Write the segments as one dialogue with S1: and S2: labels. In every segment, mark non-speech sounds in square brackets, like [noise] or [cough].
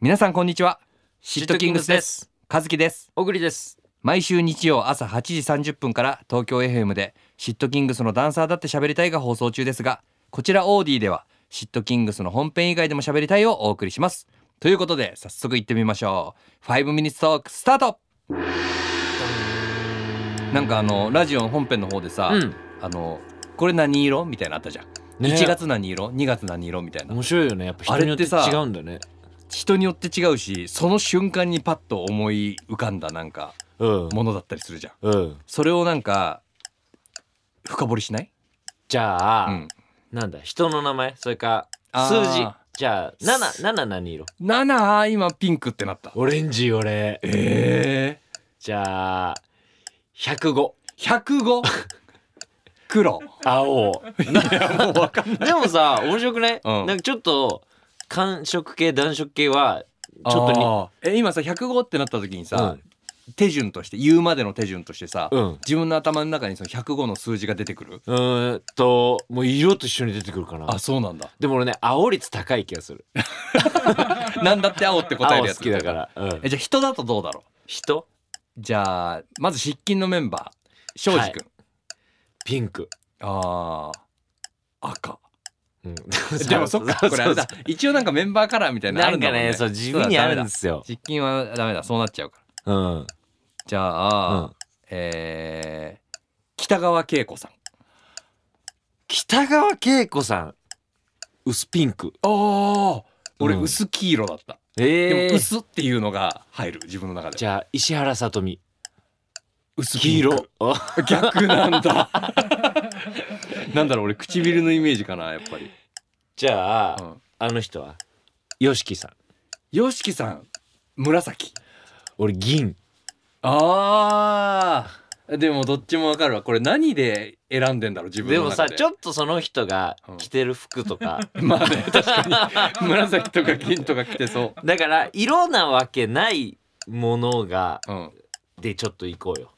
S1: 皆さんこんにちは
S2: シットキングスです
S1: 和樹です
S2: 小栗です
S1: 毎週日曜朝8時30分から東京 FM でシットキングスのダンサーだって喋りたいが放送中ですがこちらオーディではシットキングスの本編以外でも喋りたいをお送りしますということで早速行ってみましょう5ミニッツトークスタートなんかあのラジオの本編の方でさ、
S2: うん
S1: あのこれ何色みたいなのあったじゃん、
S2: ね
S1: 1月何色2月何色みたいな
S2: 面白いよねやっぱ人によって
S1: あれってさ
S2: 違うんだね
S1: 人によって違うしその瞬間にパッと思い浮かんだなんか
S2: うん
S1: ものだったりするじゃん
S2: うん
S1: それをなんか深掘りしない、
S2: じゃ
S1: う
S2: あ、
S1: ん、
S2: なんだ人の名前それから
S1: あ
S2: 数
S1: ー
S2: 字じゃあ七七何色
S1: 7今ピンクってなった
S2: オレンジ俺
S1: ええ
S2: じゃあ105 [laughs]
S1: 105黒
S2: 青
S1: もうわかんない
S2: でもさ面白くない、
S1: うん
S2: なんかちょっと寒色系暖色系はちょっとに
S1: え今さ105ってなった時にさ、
S2: う
S1: 手順として言うまでの手順としてさ、
S2: うん
S1: 自分の頭の中にその105の数字が出てくる
S2: うーんともう色と一緒に出てくるかな
S1: あそうなんだ
S2: でも俺ね青率高い気がする
S1: なんだって青って答える
S2: 青好
S1: やつ
S2: きだから、うん
S1: えじゃあ人だとどうだろう
S2: 人
S1: じゃあまず失禁のメンバー庄司君、
S2: ピンク、
S1: ああ赤
S2: [laughs] うん、で
S1: [laughs] でもそっかこれあれだ [laughs] 一応なんかメンバーカラーみたいなのあ
S2: な
S1: る
S2: ん
S1: んだ
S2: か
S1: もんね
S2: ね、そう、地味にあるんですよ。
S1: 失禁はダメだそうなっちゃうから
S2: うん。うん。
S1: じゃあ、
S2: うん
S1: えー、北川景子さん
S2: 北川景子さん。薄ピンク。
S1: ああ俺
S2: うん
S1: 薄黄色だった、
S2: え
S1: でも薄っていうのが入る自分の中で
S2: じゃあ、石原さとみ。
S1: 薄
S2: 黄
S1: ピンク
S2: 色。あ
S1: 逆なん [laughs] だなんだろう俺唇のイメージかなやっぱり
S2: じゃあ、
S1: うん
S2: あの人は。よしきさん。
S1: よしきさん紫
S2: 俺銀。
S1: あーでもどっちもわかるわこれ何で選んでんだろう自分
S2: で
S1: の
S2: も
S1: 中
S2: さ、
S1: で
S2: ちょっとその人が
S1: うん
S2: 着てる服とか。 [laughs]
S1: まあね確かに [laughs] 紫とか金とか着てそ
S2: だから、色なわけないものが。
S1: う、うん、
S2: で、ちょっと行こうよ。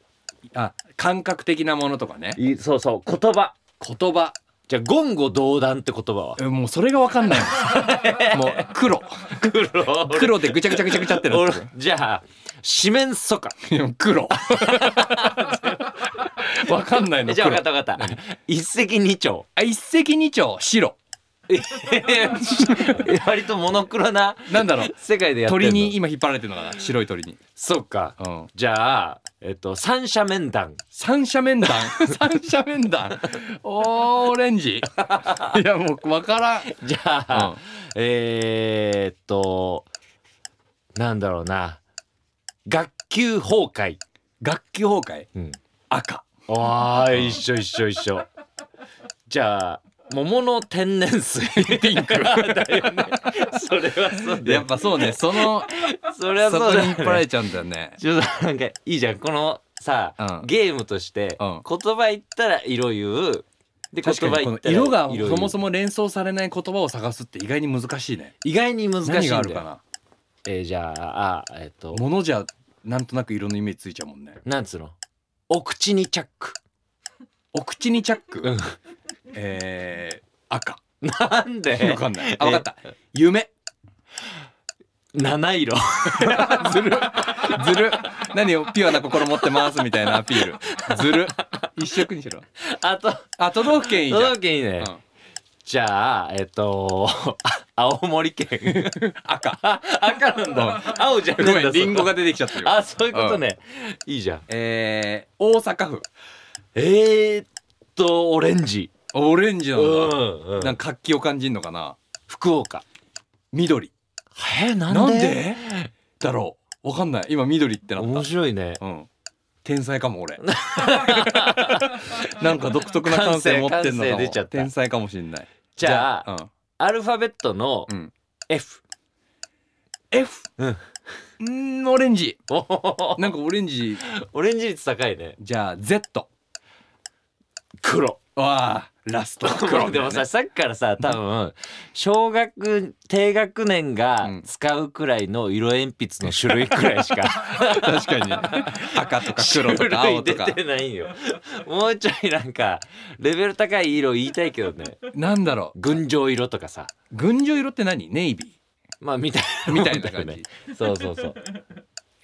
S1: あ感覚的なものとかね
S2: いそうそう、言葉。
S1: 言葉
S2: じゃあ、言語道断って言葉は。
S1: えもうそれがわかんない [laughs] もんもう [laughs] 黒
S2: 黒。
S1: 黒でぐちゃぐちゃぐちゃぐちゃってなっ
S2: 俺
S1: てる
S2: じゃあ、四面楚歌。
S1: いや
S2: [laughs]
S1: 黒わかんないの
S2: じゃあ分
S1: 黒
S2: かった分かった。一石二鳥。
S1: あ一石二鳥白
S2: [laughs] 割とモノクロな
S1: なんだろう
S2: 世界でやってるの。
S1: 鳥に今引っ張られてるのかな白い鳥に、
S2: そうか。
S1: うん、
S2: じゃあ、えっと、三者面談。
S1: 三者面談 [laughs] 三者面談おーオレンジ [laughs] いやもう分からん
S2: じゃあ、
S1: うん
S2: えーっと、なんだろうな。学級崩壊。
S1: 楽器崩壊
S2: うん。
S1: 赤
S2: ああ、一緒一緒一緒。じゃあ、桃の天然水。ピンク。だよね。 [laughs] それはそうだ
S1: や
S2: よ
S1: っ。ぱそうねその
S2: それは
S1: そ
S2: そ
S1: こ
S2: う
S1: に
S2: だ
S1: 引
S2: よ
S1: っ張ら
S2: ね。
S1: れちゃうんだよね
S2: ちょっとなんかいいじゃんこのさ、
S1: うん
S2: ゲームとして
S1: う
S2: 言
S1: ん
S2: 葉言ったら色言うで言
S1: 確
S2: 葉
S1: かにこ
S2: 言っ
S1: の
S2: たら
S1: 色が
S2: 言う
S1: そもそも連想されない言葉を探すって意外に難しいね
S2: 意外に難しいんだ
S1: 何
S2: よ
S1: があるかな
S2: えーじゃああえっ、と
S1: ものじゃなんとなく色のイメージついちゃうもんね
S2: なんつうのお口にチャック [laughs]
S1: お口にチャック、
S2: うん
S1: えー、赤
S2: なん
S1: わ
S2: で
S1: かんないあ分かった夢
S2: 七色
S1: ずるずる何をピュアな心持ってますみたいなアピールずる一色にしろ
S2: あと
S1: あ都道府県いいじ
S2: 都
S1: ゃん、
S2: 道府県いいね、
S1: うん
S2: じゃあえっ、と [laughs] 青森県
S1: [laughs] 赤
S2: 赤なんだ青じゃ
S1: ご
S2: ねえん
S1: め
S2: だ
S1: んリンゴ
S2: そこ
S1: が出てきちゃってるよ
S2: あそういうことね、いいじゃん
S1: えー、大阪府
S2: えー、っとオレンジ
S1: オレンジ
S2: う
S1: なんだ、
S2: うん
S1: なんか活気を感じるのかな
S2: 福岡
S1: 緑
S2: えー、なんで
S1: なんでだろうわかんない今緑ってなった
S2: 面白いね
S1: うん天才かも俺 [laughs] なんか独特な感性持ってんのか
S2: 感性出ちゃ
S1: も
S2: った
S1: 天才かもしんない
S2: じゃあ
S1: あ
S2: アルファベットの
S1: うん、うん、
S2: F
S1: F
S2: うん
S1: うーんオレンジ
S2: おー
S1: なんかオレンジ
S2: オレンジ率高いね
S1: じゃあ Z
S2: 黒
S1: わあラ
S2: [laughs]
S1: スト黒みた
S2: で
S1: いなね
S2: もささっきからさ多分小学低学年が
S1: うん
S2: 使うくらいの色鉛筆の種類くらいしか
S1: 確かにね赤とか [laughs]
S2: 種
S1: 黒とか青と
S2: 類出 [laughs]
S1: か
S2: てないよもうちょいなんかレベル高い色言いたいけどね
S1: なんだろう
S2: 群青色とかさ
S1: 群青色って何ネイビ
S2: まあみたい
S1: [laughs]
S2: な
S1: みたいな感じ、
S2: もんだよねそうそうそう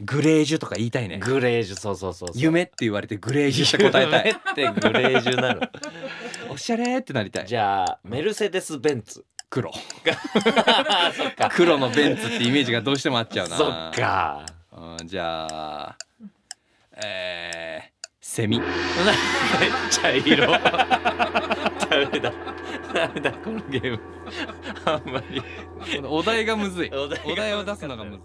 S1: グレージュとか言いたいね
S2: グレージュそうそうそうそう
S1: 夢って言われてグレージュして答えたい [laughs]
S2: 夢ってグレージュなの
S1: おしゃれってなりたい
S2: じゃあメルセデス・ベ
S1: [laughs]
S2: ンツ
S1: 黒
S2: そっか
S1: 黒のベンツってイメージがどうしてもあっちゃうな
S2: [laughs] そっか
S1: うんじゃあえー、セ [laughs] ミ
S2: めっちゃ色 [laughs] ダメだダメだこのゲームあんまり
S1: お題がむずい
S2: お題
S1: [laughs]
S2: が
S1: お題を出すのがむずい